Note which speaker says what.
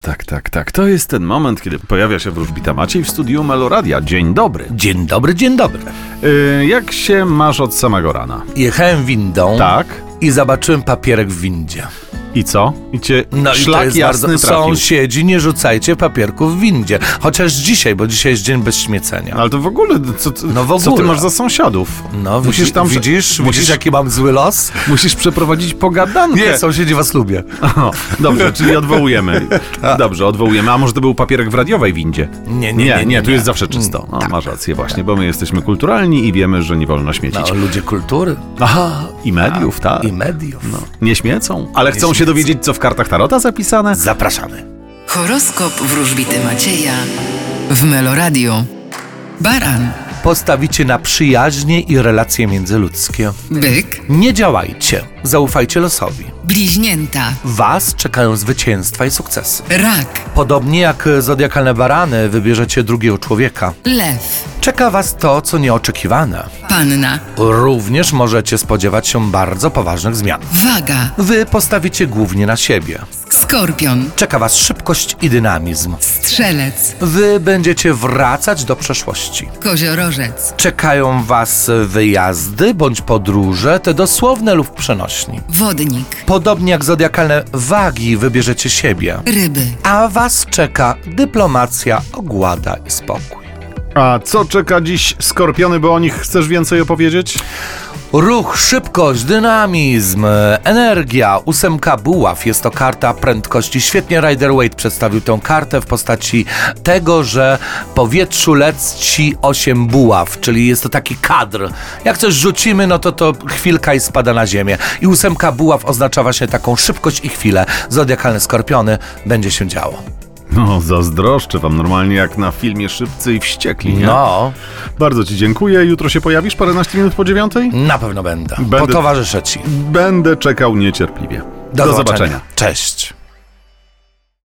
Speaker 1: Tak, tak, tak. To jest ten moment, kiedy pojawia się wróżbita Maciej w studiu Meloradia. Dzień dobry.
Speaker 2: Dzień dobry, dzień dobry.
Speaker 1: Yy, jak się masz od samego rana?
Speaker 2: Jechałem windą
Speaker 1: Tak.
Speaker 2: i zobaczyłem papierek w windzie.
Speaker 1: I co? I cię
Speaker 2: No i to
Speaker 1: szlak
Speaker 2: jest
Speaker 1: jasny
Speaker 2: bardzo...
Speaker 1: trafił.
Speaker 2: Sąsiedzi, nie rzucajcie papierków w windzie. Chociaż dzisiaj, bo dzisiaj jest dzień bez śmiecenia.
Speaker 1: Ale to w ogóle, co, co-
Speaker 2: No w
Speaker 1: co ty
Speaker 2: ogóle.
Speaker 1: masz za sąsiadów?
Speaker 2: No,
Speaker 1: musisz
Speaker 2: widzi-
Speaker 1: tam...
Speaker 2: widzisz,
Speaker 1: musisz,
Speaker 2: widzisz, jaki mam zły los?
Speaker 1: musisz przeprowadzić pogadankę.
Speaker 2: Nie, sąsiedzi was lubię.
Speaker 1: O, dobrze, czyli odwołujemy. Dobrze, odwołujemy. A może to był papierek w radiowej windzie?
Speaker 2: Tak. Nie, nie, nie,
Speaker 1: nie,
Speaker 2: nie,
Speaker 1: tu
Speaker 2: nie. Mm, tak.
Speaker 1: jest zawsze czysto. No, Masz rację, właśnie, bo my jesteśmy kulturalni i wiemy, że nie wolno śmiecić.
Speaker 2: No, ludzie kultury
Speaker 1: Aha, i mediów, tak.
Speaker 2: i mediów.
Speaker 1: Nie śmiecą, ale chcą się
Speaker 2: śmiecą.
Speaker 1: dowiedzieć, co w kartach Tarota zapisane?
Speaker 2: Zapraszamy.
Speaker 3: Horoskop wróżbity Macieja w Meloradio. Baran,
Speaker 2: Postawicie na przyjaźnie i relacje międzyludzkie.
Speaker 3: byk,
Speaker 2: Nie działajcie, zaufajcie losowi.
Speaker 3: bliźnięta,
Speaker 2: Was czekają zwycięstwa i sukcesy.
Speaker 3: rak,
Speaker 2: Podobnie jak zodiakalne barany, wybierzecie drugiego człowieka.
Speaker 3: lew,
Speaker 2: Czeka Was to, co nieoczekiwane.
Speaker 3: panna,
Speaker 2: Również możecie spodziewać się bardzo poważnych zmian.
Speaker 3: waga,
Speaker 2: Wy postawicie głównie na siebie.
Speaker 3: skorpion,
Speaker 2: Czeka Was szybkość i dynamizm.
Speaker 3: strzelec,
Speaker 2: Wy będziecie wracać do przeszłości.
Speaker 3: koziorożec,
Speaker 2: Czekają Was wyjazdy bądź podróże, te dosłowne lub przenośni.
Speaker 3: wodnik,
Speaker 2: Podobnie jak zodiakalne wagi, wybierzecie siebie.
Speaker 3: ryby,
Speaker 2: A Was czeka dyplomacja, ogłada i spokój.
Speaker 1: A co czeka dziś Skorpiony, bo o nich chcesz więcej opowiedzieć?
Speaker 2: Ruch, szybkość, dynamizm, e, energia. Ósemka buław jest to karta prędkości. Świetnie Rider Waite przedstawił tę kartę w postaci tego, że w powietrzu leci 8 buław, czyli jest to taki kadr. Jak coś rzucimy, no to to chwilka i spada na ziemię. I ósemka buław oznacza właśnie taką szybkość i chwilę. Zodiakalne skorpiony będzie się działo.
Speaker 1: No, zazdroszczę wam normalnie jak na filmie Szybcy i Wściekli, nie?
Speaker 2: No,
Speaker 1: Bardzo ci dziękuję. Jutro się pojawisz paręnaście minut po dziewiątej?
Speaker 2: na pewno będę.
Speaker 1: Będę-
Speaker 2: Potowarzyszę Ci.
Speaker 1: Będę czekał niecierpliwie. Do, zobaczenia.
Speaker 2: Cześć.